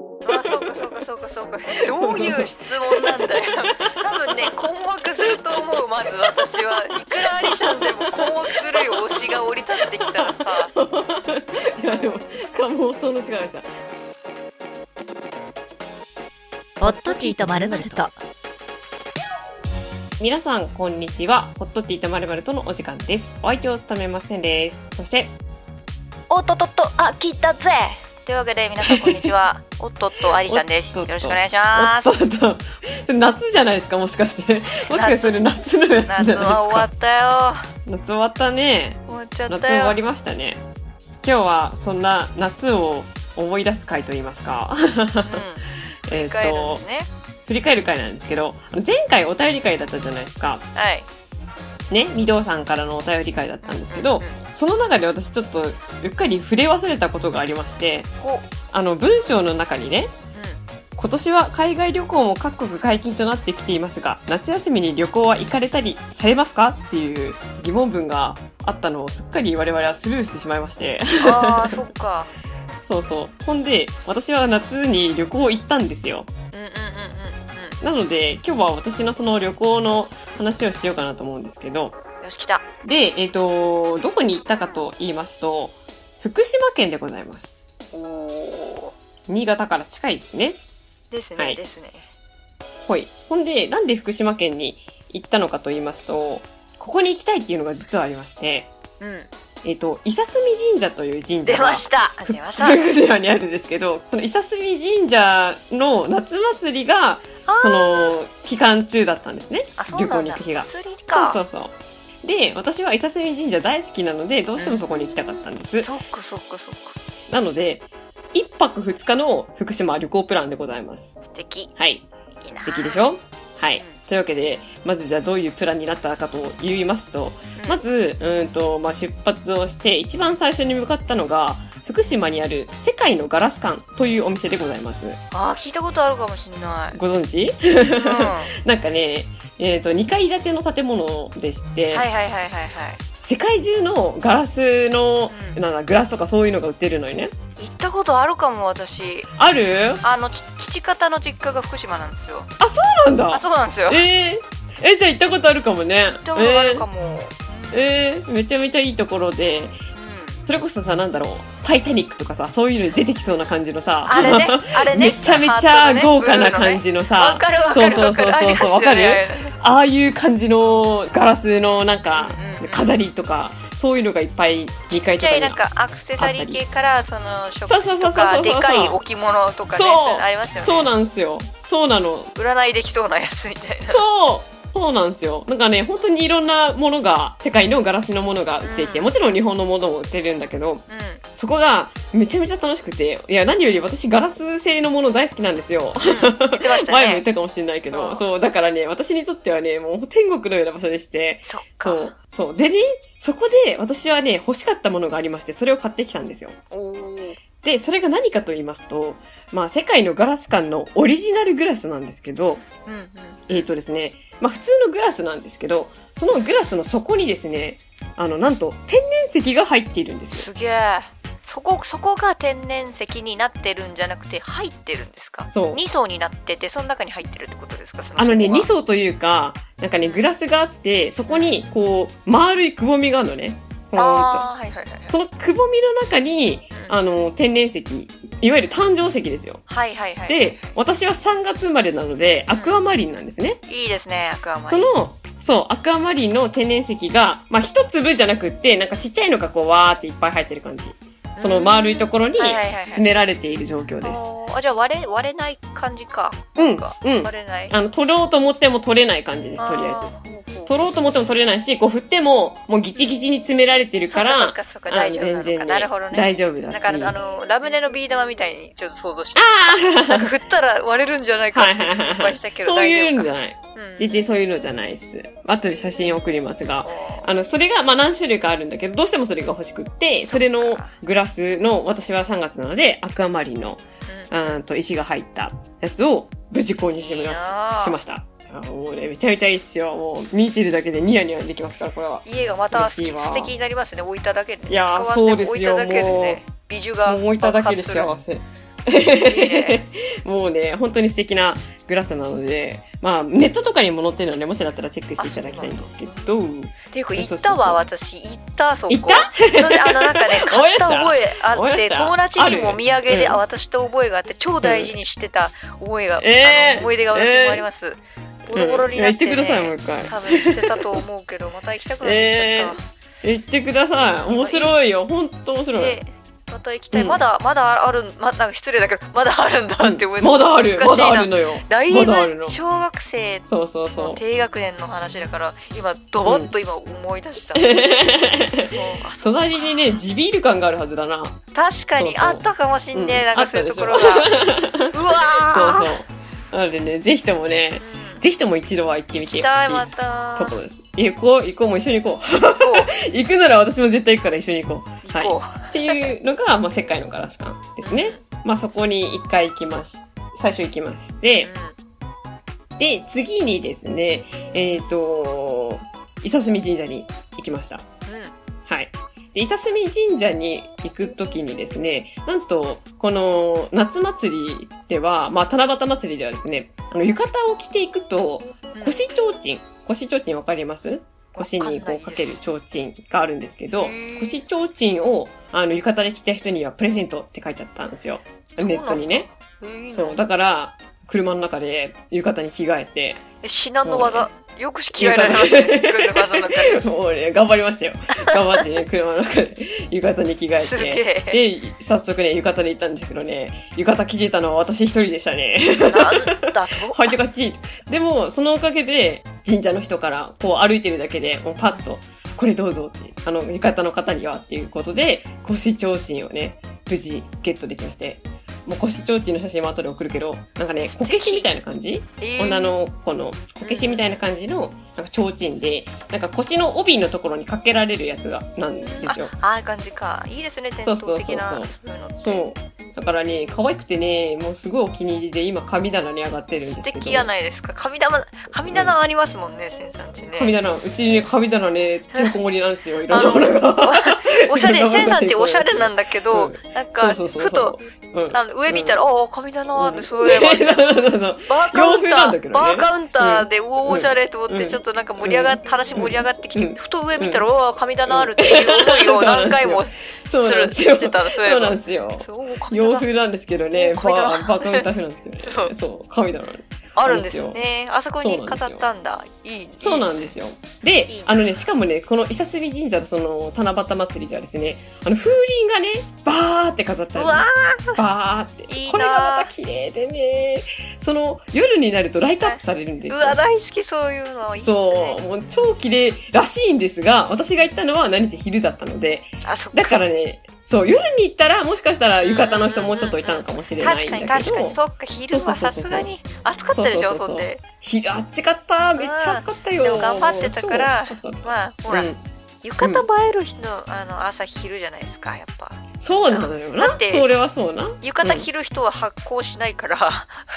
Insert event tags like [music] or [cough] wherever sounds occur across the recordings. かそうかそうかそうかどういう質問なん [laughs] だよ多分ね困惑すると思うまず私はいくらアリシャンでも困惑するよ推しが降り立ってきたらさいやでもか妄想の力さホットティーとまるまると。皆さんこんにちはホットティーとまるまるとのお時間ですお相手を務めませんですそしておっとっとっとあ聞いたぜというわけで皆さんこんにちはおっとっとアリシャンですおよっとっとろしくお願いしますおっとっとそれ夏じゃないですかもしかしてもしかしてそれ夏のやつじ夏ゃは終わないっですかたよ夏終わったね終わっちゃっ夏た終わよりましたね今日はそんな夏を思い出す回といいますかうん、振り返るんですね、振り返る回なんですけどあの前回お便り会だったじゃないですかはいね御堂さんからのお便り会だったんですけどうんうんうんその中で私ちょっとうっかり触れ忘れたことがありましておうんあの文章の中にね今年は海外旅行も各国解禁となってきていますが夏休みに旅行は行かれたりされますかっていう疑問文があったのをすっかり我々はスルーしてしまいまして [laughs] あーそっかそうそうほんで私は夏に旅行行ったんですようんうんうんうなので今日は私のその旅行の話をしようかなと思うんですけどんうんよし来たでえっ、とどこに行ったかと言いますと福島県でございますおお新潟から近いですねですね、はいですねはい。ほんで、なんで福島県に行ったのかと言いますと、ここに行きたいっていうのが実はありまして、うんえっ、と、伊佐住神社という神出社がま [laughs] した出ました福島にあるんですけど、その伊佐住神社の夏祭りが、その期間中だったんですね。あそうなんだ旅行に行く日が釣りそうかそうそう。で、私は伊佐住神社大好きなので、どうしてもそこに行きたかったんです。そっかそっかそっかなので、1泊2日の福島旅行プランでございます。素敵いはい。いな素敵でしょはい、うんというわけでまずじゃあどういうプランになったかと言いますと、うんまずうーんと、まあ、出発をして一番最初に向かったのが福島にある世界のガラス館というお店でございますあー聞いたことあるかもしん [laughs] ない、ご存知うん、はなんかねえー、と2階建ての建物でしいて、はいはいはいはい世界中のガラスの、うんなんだグラスとかそういうのが売ってるのにね行ったことあるかも私あるあのち父方の実家が福島なんですよなんだあそうなんですよえー、えじゃあ行ったことあるかもね行ったことあるかも、えーえーめちゃめちゃいいところでうんそれこそさ、なんだろう、タイタニックとかさ、そういうのに出てきそうな感じのさ、あれねあれね [laughs] めちゃめちゃ豪華なじ感じのわさ、かるわかるそうわそかうる。あそうりそうますよねああいう感じのガラスのなんかうんうんうん、飾りとか、そういうのがいっぱい2階ちっちとゃかいになんかアクセサリー系からその食器そうそうそとうそうそかうでかい置物とかねそうそういうのありますよねそうなんですよ。そうなの。占いできそうなやつみたいなそうそうなんですよ。なんかね、本当にいろんなものが、世界のガラスのものが売っていて、うんもちろん日本のものも売ってるんだけど、うんそこがめちゃめちゃ楽しくて、いや、何より私ガラス製のもの大好きなんですよ。うん言ってました前も言ねったかもしれないけど、うんそう、だからね、私にとってはね、もう天国のような場所でして、そっそかう、そう。でね、そこで私はね、欲しかったものがありまして、それを買ってきたんですよ。おーで、それが何かと言いますと、まあ、世界のガラス館のオリジナルグラスなんですけど、うんうんえっ、とですね、まあ、普通のグラスなんですけど、そのグラスの底にですね、あの、なんと、天然石が入っているんですよ。すげえそこそこが天然石になってるんじゃなくて入ってるんですかそう。二層になっててその中に入ってるってことですかそあのね、底が2層というか、なんかね、グラスがあって、そこに、こう、丸いくぼみがあるのね。こうあーはいはいはいそのくぼみの中に、あの、天然石、いわゆる誕生石ですよ。はいはいはいで、私は3月生まれなので、アクアマリンなんですね。いいですねアクアマそリンの、そう、アクアマリンの天然石が、まあ、一粒じゃなくって、なんかちっちゃいのがこう、わーっていっぱい入ってる感じ。その丸いところにはいはいはいはい詰められている状況です。あーあじゃあ割れ割れない感じかうん、かうん。割れないあの、取ろうと思っても取れない感じです、とりあえず。あえず取ろうと思っても取れないし、こう振っても、もうギチギチに詰められてるから、そっかそっかそっか大丈夫なあののかなるほどね大丈夫だだし。からああのラムネのビー玉みたいにちょっと想像してあなんか振ったら割れるんじゃないかって心配したけどそうい大う丈夫のじかゃない。うん全然そういうのじゃないっす。後で写真送りますが。おーあの、それが、まあ、何種類かあるんだけど、どうしてもそれが欲しくって、それのグラスの、私は3月なので、アクアマリンの、うーんと、石が入ったやつを、無事購入してみまいいなしあしました。あもうね、めちゃめちゃいいっすよ。もう、見てるだけでニヤニヤできますから、これは。うん家がまた素嬉しいわ敵素敵になりますね置いただけでねいやー使わんでも置そうでいすよただけでね美女がもう置いただけで爆発する幸せ。 [laughs] えもうね、本当に素敵なグラスなので、まあ、ネットとかにも載ってるので、もしだったらチェックしていただきたいんですけど、っていうかそ行うそうそうそうったわ私行ったそこ行ったそれであのなんかね [laughs] 思買いっ出したた覚えあ思いっ出してた友達にもおある土産でうんあ渡した覚えがあって超大事にしてた思いが、えーあの思い出が私もあります、ボロボロになって、ねうん言ってください、もう一回。多分捨てたと思うけ [laughs] どまた行きたくなってきちゃっ言ってください。面白いよ。本当面た、白い。でまた行きたい、うんまだまだあるまなんか失礼だけど [laughs] まだあるんだって思いまだある。懐かしまいなだあるのよ。だいまだあぶるの小学生そうそうの [laughs] そ低学年の話だから今ドボッと今思い出した、う。そうあそう隣にね、地ビール感があるはずだな。確かにそうそうあったかもしんねえ、うんなんかそういうところがあ [laughs] うわそうーそう。なのでね、ぜひともね、うんぜひとも一度は行ってみ行てきほたいましたいところです。行こう、行こう、もう一緒に行こう。行こ [laughs] 行くなら私も絶対行くから一緒に行こう。う行こっていうのが、まあ、世界のガラス館うですね。まあ、そこに一回行きまし、最初行きましうてん、で、次にですね、えっ、と、伊佐隅神社に行きました。うんはい。で、伊佐隅神社に行くときにですね、なんと、この夏祭りでは、まあ、七夕祭りではですね、あの、浴衣を着ていくと、うん腰提灯、腰提灯わかります腰にこうかける提灯があるんですけどへー、腰提灯をあの浴衣で着た人にはプレゼントって書いてあったんですよ。そうなんネだットにね。えーいいなそう。だから、車の中で浴衣に着替えて、 [laughs] え至難の技よく嫌いられますね来る技の中 [laughs] でもうね、頑張りましたよ。頑張ってね、車の中で浴衣に着替すえげえて。で、早速ね、浴衣で行ったんですけどね、浴衣着てたのは私一人でしたね。なんだ [laughs] とはいてかち。でも、そのおかげで、神社の人から、こう歩いてるだけで、もうパッと、これどうぞって、あの、浴衣の方にはっていうことで、腰提灯をね、無事ゲットできまして。もう腰提灯の写真も後で送るけど、なんかね、こけしみたいな感じえー女の子のこけしみたいな感じの、なんか提灯で、なんか腰の帯のところにかけられるやつが、なんですよ。ああいう感じかいいですね伝統的なそういうのってそう。だからね、可愛くてね、もうすごいお気に入りで、今神棚に上がってるんです素けど。敵じゃないですか神棚神棚ありますもんね先生んちね神棚、うちね、神棚ね、てんこ盛りなん [laughs] ですよ、いろんなものが。おし [laughs] ゃいれろんなものが千さんちおしゃれなんだけど、うなんかそうそうそうそうふと、うんあの上見たら、ああ神棚ってそういえば、そうそうそうバーカウン洋風タなんー、だけどねバーカウンターで、おおうんおしゃれと思って、うんちょっとなんか盛り上がっ、話盛り上がってきて、うんふと上見たら、おお神棚あるっていう思いを何回もす [laughs] そうなんるですよ。してそたそういえうなんばですよ。そうおー神洋棚風なんですけどね、神棚バーバーカウンター風なんですけど [laughs] そうね。そう、神棚。あるんですねあそこに飾ったんだいいそうなんでですよ。でいい、あのね、しかもね、この伊佐隅神社のその七夕祭りではですね、あの風鈴がね、バーって飾ってうあるわバーって。いいなーこれがまた綺麗でね、その夜になるとライトアップされるんでーすうよ。わ大好きそういうのいいですそねう、もう超綺麗らしいんですが、私が行ったのは何せ昼だったので、あそっかだからね、そう、夜に行ったらもしかしたら浴衣の人もうちょっといたのかもしれないんだ確けかにど、確かにそっか昼はさすがに暑かったでしょそうそうそそんうそうで昼あっちかった、めっちゃ暑かったよ。でも頑張ってたからそう暑かったまあほら、うん浴衣映える日のあの朝昼じゃないですかやっぱそうなのよだなっ。てそれはそうな。浴衣着る人は発行しないから、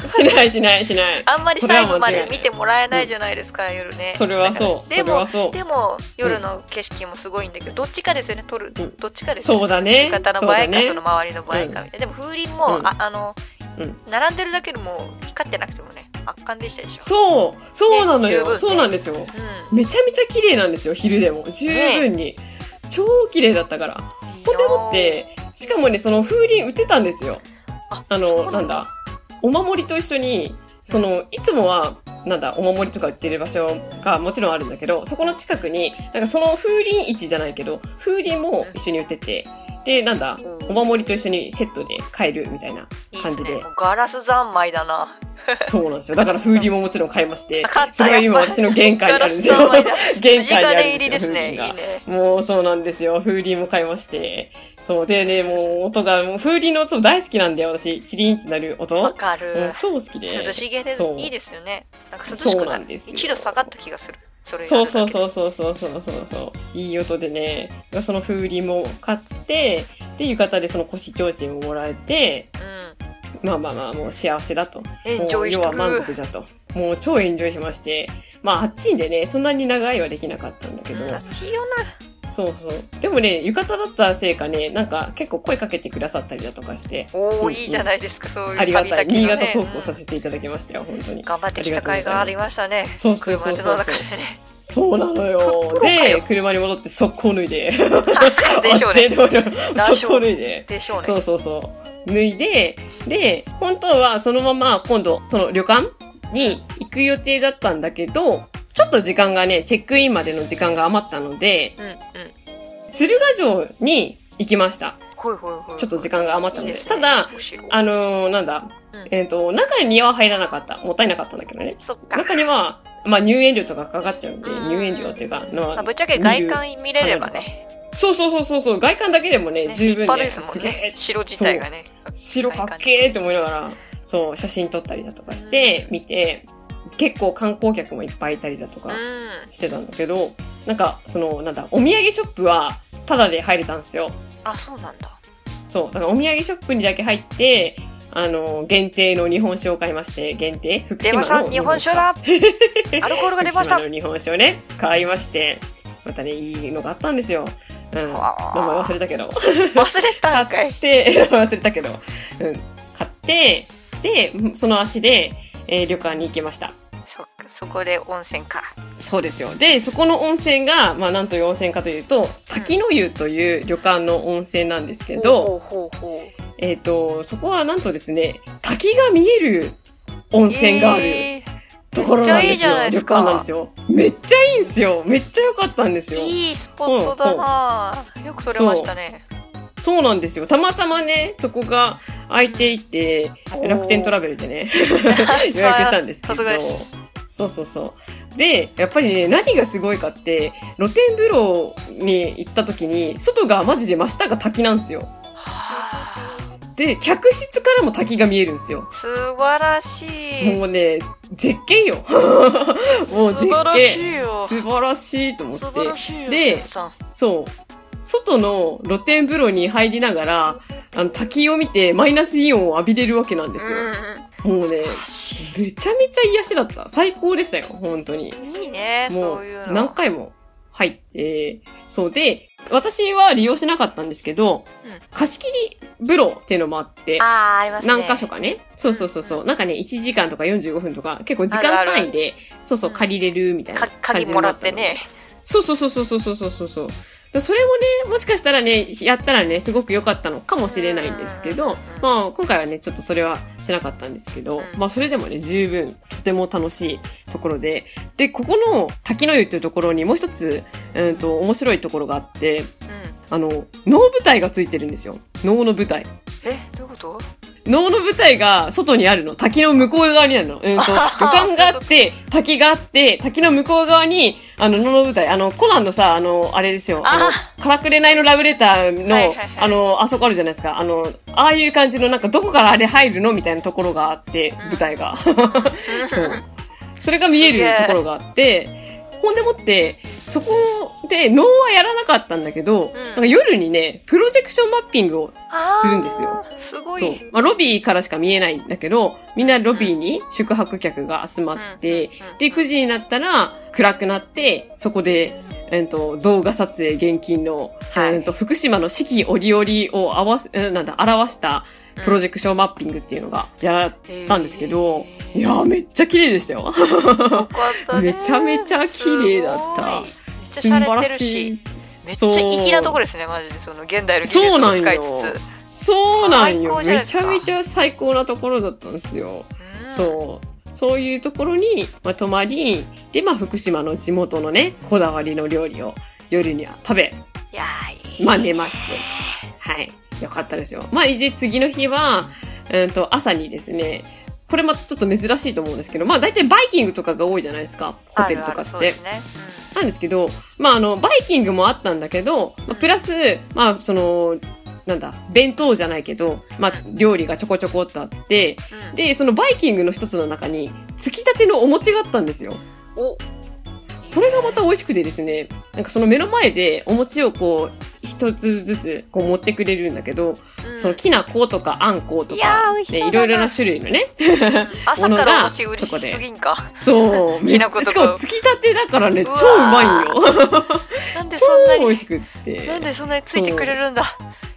しないしないしない。 [laughs] あんまりそれは最後間違いまで見てもらえないじゃないですか、夜ねそれはそう。だからそれはそう。でも夜の景色もすごいんだけどどっちかですよね撮る、うんどっちかですよそうだね。浴衣そうの映えだかそ,、ねの周りの映えかみたいな、でも風鈴も、うんああの、うん並んでるだけでも光ってなくてもね圧巻でしたでしょそう、そうなのね十分よ。ねそうなんですよ。うんめちゃめちゃ綺麗なんですよ、昼でも。十分に。超綺麗だったから。いいこなこでもって、しかもね、その風鈴売ってたんですよ。あそあうの、ななんんだだ、お守りと一緒に、その、いつもは、なんだ、お守りとか売ってる場所がもちろんあるんだけど、そこの近くに、なんかその風鈴市じゃないけど、風鈴も一緒に売ってて、で、なんだ、お守りと一緒にセットで買えるみたいな。いい感じでですねもうガラス三昧だなそうなんですよ。だから風鈴ももちろん買いましてあ買っ、たそれが今やっぱ私の玄関ガにラあるんス [laughs] ですよ三。昧だ玄筋関にあ金る入んですりよ、ですねいい風鈴が。ねもうそうなんですよ。風鈴も買いまして。そう。でね、もう音が、もう風鈴の音大好きなんだよ、私。チリンってなる音。わもかる、う超好きで。涼しげでそういいですよね。なんか涼しそくうななるん。ですよ。一度下がった気がする。それそうそうう。そうそうそうそうそうそう。いい音でね、その風鈴も買って、で、浴衣でその腰提灯ももらえて、うん。まあまあまあ、もう幸せだと。エンジョイしともう要は満る。足じゃと。もう超エンジョイしまして。まあ、あっちんでね、そんなに長いはできなかったんだけど、うん、あっちいいよな。そうそう。でもね、浴衣だったせいかね、なんか結構声かけてくださったりだとかして、おうおんいいじゃないですかそういうありが旅たい。先新の潟ね投稿させていただきましたよ、本当に。頑張ってきた甲斐がありましたねそうそう車そう手のそう中。でねそうなのプよ。ロかよで、車に戻って速攻脱いで。でしょうねあ。でも男性速攻脱いで。でしょうそねうそうそう。脱いで、で、本当はそのまま今度、その旅館に行く予定だったんだけど、ちょっと時間がね、チェックインまでの時間が余ったので、うんうん鶴ヶ城に行きました。ほいほいほいちょっと時間が余っいたいので。ですねただ、むしろあのーなんだ、うんえっ、と、中には入らなかった。もったいなかったんだけどね。そっか中には、まあ入園料とかかかっちゃうんで、うん入園料っていうか、まあまあぶっちゃけ外観見れればねそうそうそうそうそう、外観だけでもねね、立十分派ね、ですもんげねえ、城自体がね白かっけーって思いながら、そう、写真撮ったりだとかして、見て、結構観光客もいっぱいいたりだとうかんしてたんだけど、なんか、その、なんだ、お土産ショップは、タダで入れたんですよ。あそうなんだそう、だからお土産ショップにだけ入って、あの、限定の日本酒を買いまして、限定福出島まのした日本酒 [laughs] だアルコールが出ました福島の日本酒をね、買いまして、またね、いいのがあったんですよ。うん。名前わあ忘れたけど。 [laughs] 忘れたんか買いって、忘れたけど、うん。買って、で、その足で、えー旅館に行きました。そっかそこで温泉かそうですよ。で、そこの温泉が、まあ、なんという温泉かというと、滝の湯という旅館の温泉なんですけど、ほうほうほうほうえっ、と、そこはなんとですね、滝が見える温泉があるえところなめっちゃんいでいすじゃよ。ないで旅すか館なんですよ。めっちゃいいんですよ。めっちゃ良かったんですーよ。いいスポットだなよくそれましたねそうなんですよ。たまたまね、そこが空いていて、おー楽天トラベルで [laughs] ね、予予約したんですけさど。すがですそうそうそう。で、やっぱりね、何がすごいかって、露天風呂に行った時に、外がマジで真下が滝なんですよ。はで、客室からも滝が見えるんですよあ。素晴らしいもうね、絶景よ。もう素晴らしいよ素晴らしいと思素っ晴てら。しいよでしずさんそう。外の露天風呂に入りながら、あの、滝を見てマイナスイオンを浴びれるわけなんですよ。もうね、素晴らしめちゃめちゃ癒しだった。最高でしたよ、本当に。いいいねもそうういうの何回も入って、そうで、私は利用しなかったんですけど、うん貸し切り風呂っていうのもあって、あーありますね何箇所かね。そうそうそうそう。なんかね、1時間とか45分とか、結構時間単位で、そうそう、うん借りれるみたいなか感じ鍵にもならってねそうそうそうそうそうそうそうそうそう。でそれもね、もしかしたらね、やったらね、すごく良かったのかもしれないんですけうんうどん、まあ今回はね、ちょっとそれはしなかったんですけど、うんまあそれでもね、十分、とても楽しいところで、で、ここの滝の湯というところにもう一つ、うんと、面白いところがあって、うんあの、能舞台がついてるんですよ。能の舞台。えどういうこと能の舞台が外にあるの。滝の向こう側にあるの。うんと、旅館があって、滝があって、滝の向こう側に、あの、能の舞台、あの、コナンのさ、あの、あれですよ。あの、からくれないのラブレターの、はいはいはいあの、あそこあるじゃないですか。あの、ああいう感じの、なんか、どこからあれ入るのみたいなところがあって、ん舞台が。 [laughs] うんそう。それが見えるところがあって、ほんでもって、そこで、能はやらなかったんだけど、うんなんか夜にね、プロジェクションマッピングを [laughs] あーするんですよすごそ。いうまあ、ロビーからしか見えないんだけど、みんなロビーに宿泊客が集まって、うんうんうんで、9時になったら暗くなって、そこで、えっと、動画撮影現金の、はいえっと、福島の四季折々を合わせ、うんなんだ、表したプロジェクションマッピングっていうのがやったんですけど、へーいやー、めっちゃ綺麗でしたよ。よかったねめちゃめちゃ綺麗だったすごいめっちゃ洒落 [laughs] てるしめっちゃ粋なところろですねマジでその現代の技術そうなをん使いよつつ。そうなん最よ。高じゃないでめすちかゃめちゃ最高なところだったんですよ。うんそう。そういうところに、まあ、泊まり、で、まあ、福島の地元のね、こだわりの料理を夜には食べ、いやーいいまあ、寝まして。はい。よかったですよ。まあ、で、次の日は、うんと、朝にですね、これまたちょっと珍しいと思うんですけど、まあ、大体バイキングとかが多いじゃないですか。ホテルとあるかあるって。そうですねなんですけど、まあ、あの、バイキングもあったんだけど、まあ、プラス、まあ、その、なんだ、弁当じゃないけど、まあ、料理がちょこちょこっとあって、うんうんで、そのバイキングの一つの中に、つきたてのお餅があったんですよ。おこれがまた美味しくてですね、なんかその目の前でお餅をこう、一つずつこう持ってくれるんだけど、うんそのきな粉とかあんこといやかー美味、しそうだないね、ろいろな種類のね、朝からお餅売りしすぎんかそう、め [laughs] っきな粉ちとかゃ、しかもつきたてだからね、う超わうーまいよ。 [laughs] なんでそんな美に味しくってなんでそんなについてくれるんだ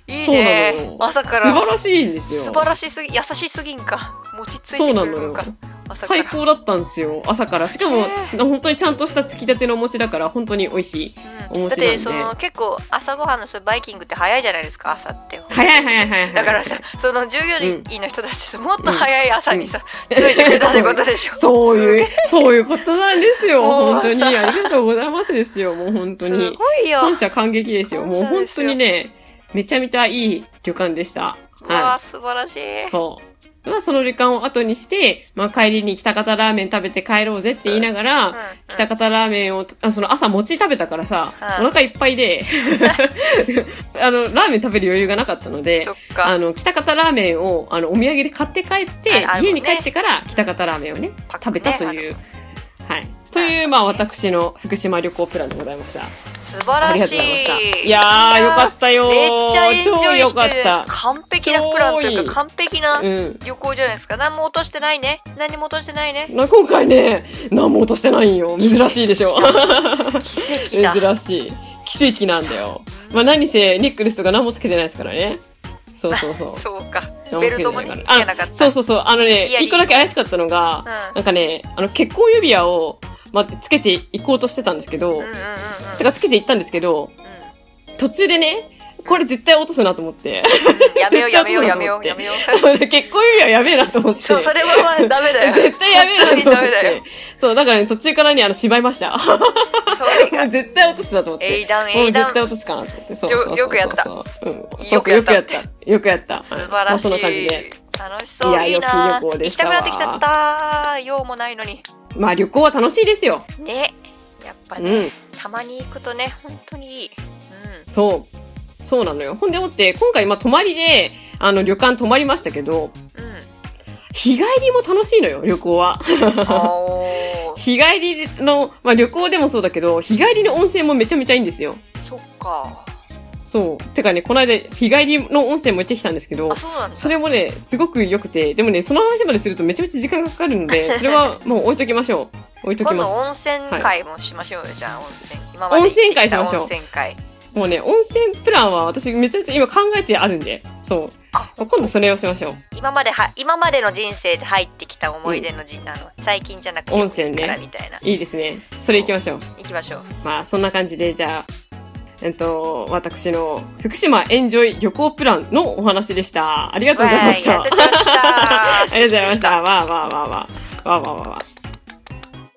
いいそうなねの朝か素ら晴らしいんですよ素晴らしすぎ優しすぎんか餅ついそてうなくのれるんよか朝から最高だったんですよ朝からしかもへ本当にちゃんとしたつきたてのお餅だから本当に美味しいおうん、餅だなっんてでその結構朝ごはんのそのバイキングって早いじゃないですか朝って早い早い早い早いだからさその従業員の人たちもっと早い朝にさ、うんついてくれたってことでしょそういう、 [laughs] そういうことなんですよ。もう本当に。さありがとうございますですよ。もう本当すに。ごいよ、感謝感激ですよ。感もう謝で本す当よにね、めちゃめちゃいい旅館でした。わあは素晴らしいい。そう。まあ、その旅館を後にして、まあ、帰りに北方ラーメン食べて帰ろうぜって言いながら、うんうん北方ラーメンを、あその朝餅食べたからさ、うんお腹いっぱ [laughs] いで、あの、ラーメン食べる余裕がなかったのでそ、っあかの、北方ラーメンを、あの、お土産で買って帰ってああ、るも家んねに帰ってから北方ラーメンをね、パック食ねべたという、はい。という、まあ、私の福島旅行プランでございました。素晴あらりがしとうございました。いいやー、よかったよー。めっちゃエンジョイ超よしてかっるじゃないたです。か完璧なプランという超いいか完璧なうん。旅行じゃないですか何も落としてないね何も落としてない [laughs] ねな今回ね、何も落としてないんよ。珍しいでしょ。奇跡だ珍しい。奇跡なんだよ。まあ、何せ、ネックレスとか何もつけてないですからね。そうそうそ [laughs] う。そうか何ベルトもねつけてつないけからなかっあたそうそうそう。あのねイヤ、リング一個だけ怪しかったのが、なんかね、あの、結婚指輪を、まあ、つけていこうとしてたんですけど、うんうんうんうんうんてかつけていったんですけど、う途中でね、これ絶対落とすなと思って。 [laughs] んやめようやめようやめようやめよう結婚指輪やべえなと思って。そうそれはまあダメだよ絶対やべえなと思っ本て。当にダメだよそう、だからね、途中からね、あの、しまい [laughs] ました。それが絶対落とすなと思って。英断もう英絶断対落とすかなと思って。そうよそうそうそうよくやったそううん。そうよくやそう、よっくたやっってた。よくやった。素はい晴まあらしそんな感じでい。楽しそういやいいなよくいい旅行で行しきたたくわなってきちゃった用もないのにまあ、旅行は楽しいですよ。ねやっぱうねん。たまに行くとね本当にいいうんそう。そうなのよ。ほんでもって、今回、まあ、泊まりで、あの、旅館泊まりましたけど、 [laughs] うん日帰りも楽しいのよ、旅行は。おー日帰りの、まあ、旅行でもそうだけど、日帰りの温泉もめちゃめちゃいいんですよ。そっかそう。てかね、この間、日帰りの温泉も行ってきたんですけどあ、そうなんだそれもね、すごく良くて、でもね、その話までするとめちゃめちゃ時間がかかる [laughs] ので、それはもう置いときましょう。置いとき今度ま温泉会もしましょうよ、じゃあ温泉今温泉会しましょう温泉会す。もうね、温泉プランは私めちゃめちゃ今考えてあるんで、そう。あ今度それをしましょう。今までは今までの人生で入ってきた思い出の人、あの最近じゃなくて温泉ねいいからみたいないいですね。それ行きましょう。行きましょうまあ、そんな感じで、じゃあ、えっと、私の福島エンジョイ旅行プランのお話でした。ありがとうございました。わーいやってきましたありがとうございました。わあわあわあわあ。わあわあわあわあ。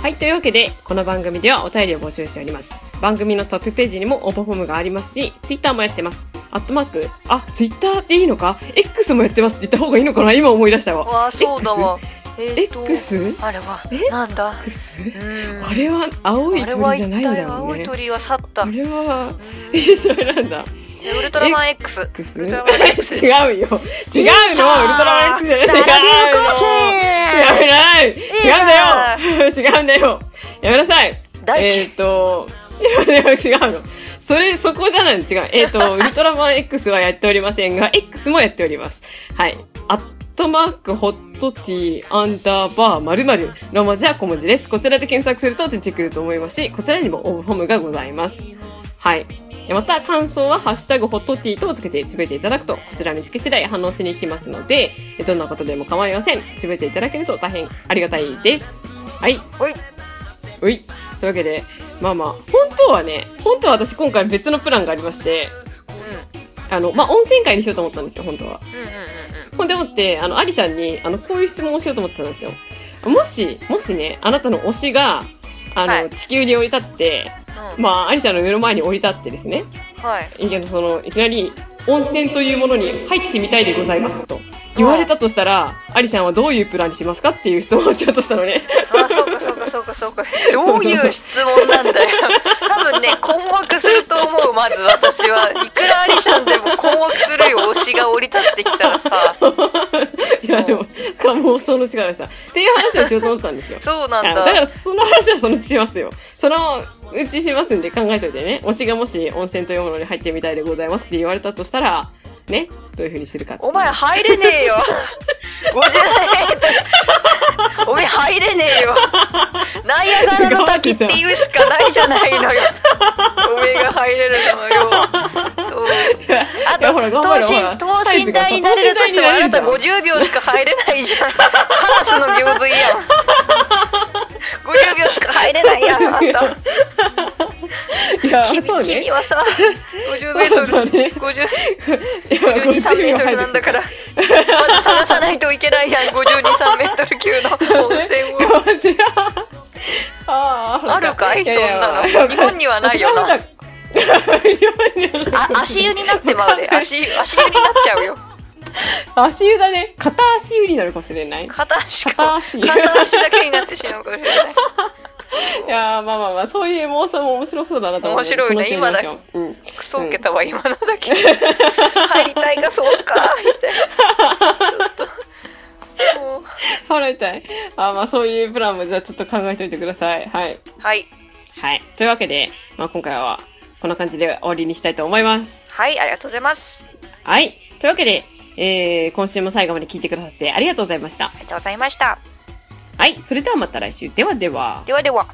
はい、というわけで、この番組ではお便りを募集しております。番組のトップページにも応募フォームがありますし、ツイッターもやってます。アットマーク、あ、ツイッターでいいのか ?X もやってますって言った方がいいのかな今思い出したわ。わあそうだわえーと X? あれはなんだ X? うんあれは青いあれは鳥じゃ一ないんだ体ろう青ねい。鳥は去ったあれは、うんえ、それな [laughs] んだ。でウルトラマン X クスウ違うルよトラマン X。違うの。ウルトラマン X じゃない。違うの。やめない。違うんだよ。違うん [laughs] だよ。やめなさい。大え地っ、と、いやいや違うの。それ、そこじゃないの。違う。えっ、 [laughs] と、ウルトラマン X はやっておりませんが、X もやっております。はい。アットマーク、ホットティー、アンダーバー、まるまるの文字は小文字です。こちらで検索すると出てくると思いますし、こちらにも応募フォームがございます。はい。えまた、感想は、ハッシュタグ、ホットティーとをつけてつぶやいていただくと、こちら見つけ次第反応しに行きますので、えどんなことでも構いません。つぶやいていただけると大変ありがたいです。はい。おいうい。というわけで、まあまあ、本当はね、本当は私今回別のプランがありまして、うあの、まあ温泉会にしようと思ったんですよ、本当は。んうんうんうほんでもって、あの、アリさんに、あの、こういう質問をしようと思ってたんですよ。もし、もしね、あなたの推しが、あの、はい地球に降り立って、んうんまあ、アリちゃんの目の前に降り立ってですね、はいいやその、いきなり、温泉というものに入ってみたいでございます、と言われたとしたら、アリちゃんはどういうプランにしますかっていう質問をしようとしたのね。あそうかそうかそうかそうかどういう質問なん [laughs] だよ多分ね困惑すると思うまず私はいくらアリシャンでも困惑するよ推しが降り立ってきたらさ。い [laughs] や、でも、か妄想の力でさ。っていう話をしようと思ったんですよそうなんあだのだから、その話はそのうちしますよ。そのうちしますんで考えといてね。推しがもし温泉というものに入ってみたいでございますって言われたとしたら、ね、どういうふうにするかっていうお前入れねえ [laughs] よ 50m お前入れねえよナイアガラの滝っていうしかないじゃないのよお前が入れるのよそうあいやほらと等頑張れほ身ら等身大になれるとしてもあなた50秒しか入れないじゃんカラスの行水 [laughs] やん50秒しか入れないやんあなた [laughs] いや君,、そうね君はさ50メーそうトだル、ね50いや52、3メートルなんだから、まだ探さないといけないやん、52、3メートル級の温泉を。 50違うあーあるかいややそんなの日本にはないよなそれはまだ日本にはないあ足湯になってまうで、足湯、足湯になっちゃうよ。足湯だね片足湯になるかもしれない片足片か。足い片足だけになってしまうかもしれない。やーまあまあまあそういう妄想も面白そうだなと思って面白いねそのうちやりましょううんクソ受けたわ、今のだけ。入りたいか、そうか、みたいな。ちょっと。もう払いたいあーまあそういうプランもじゃあちょっと考えておいてくださいはいはい、はいというわけで、まあ、今回はこんな感じで終わりにしたいと思いますはい、ありがとうございます。はいというわけで、えー今週も最後まで聞いてくださってありがとうございましたありがとうございました。はいそれではまた来週ではではではでは。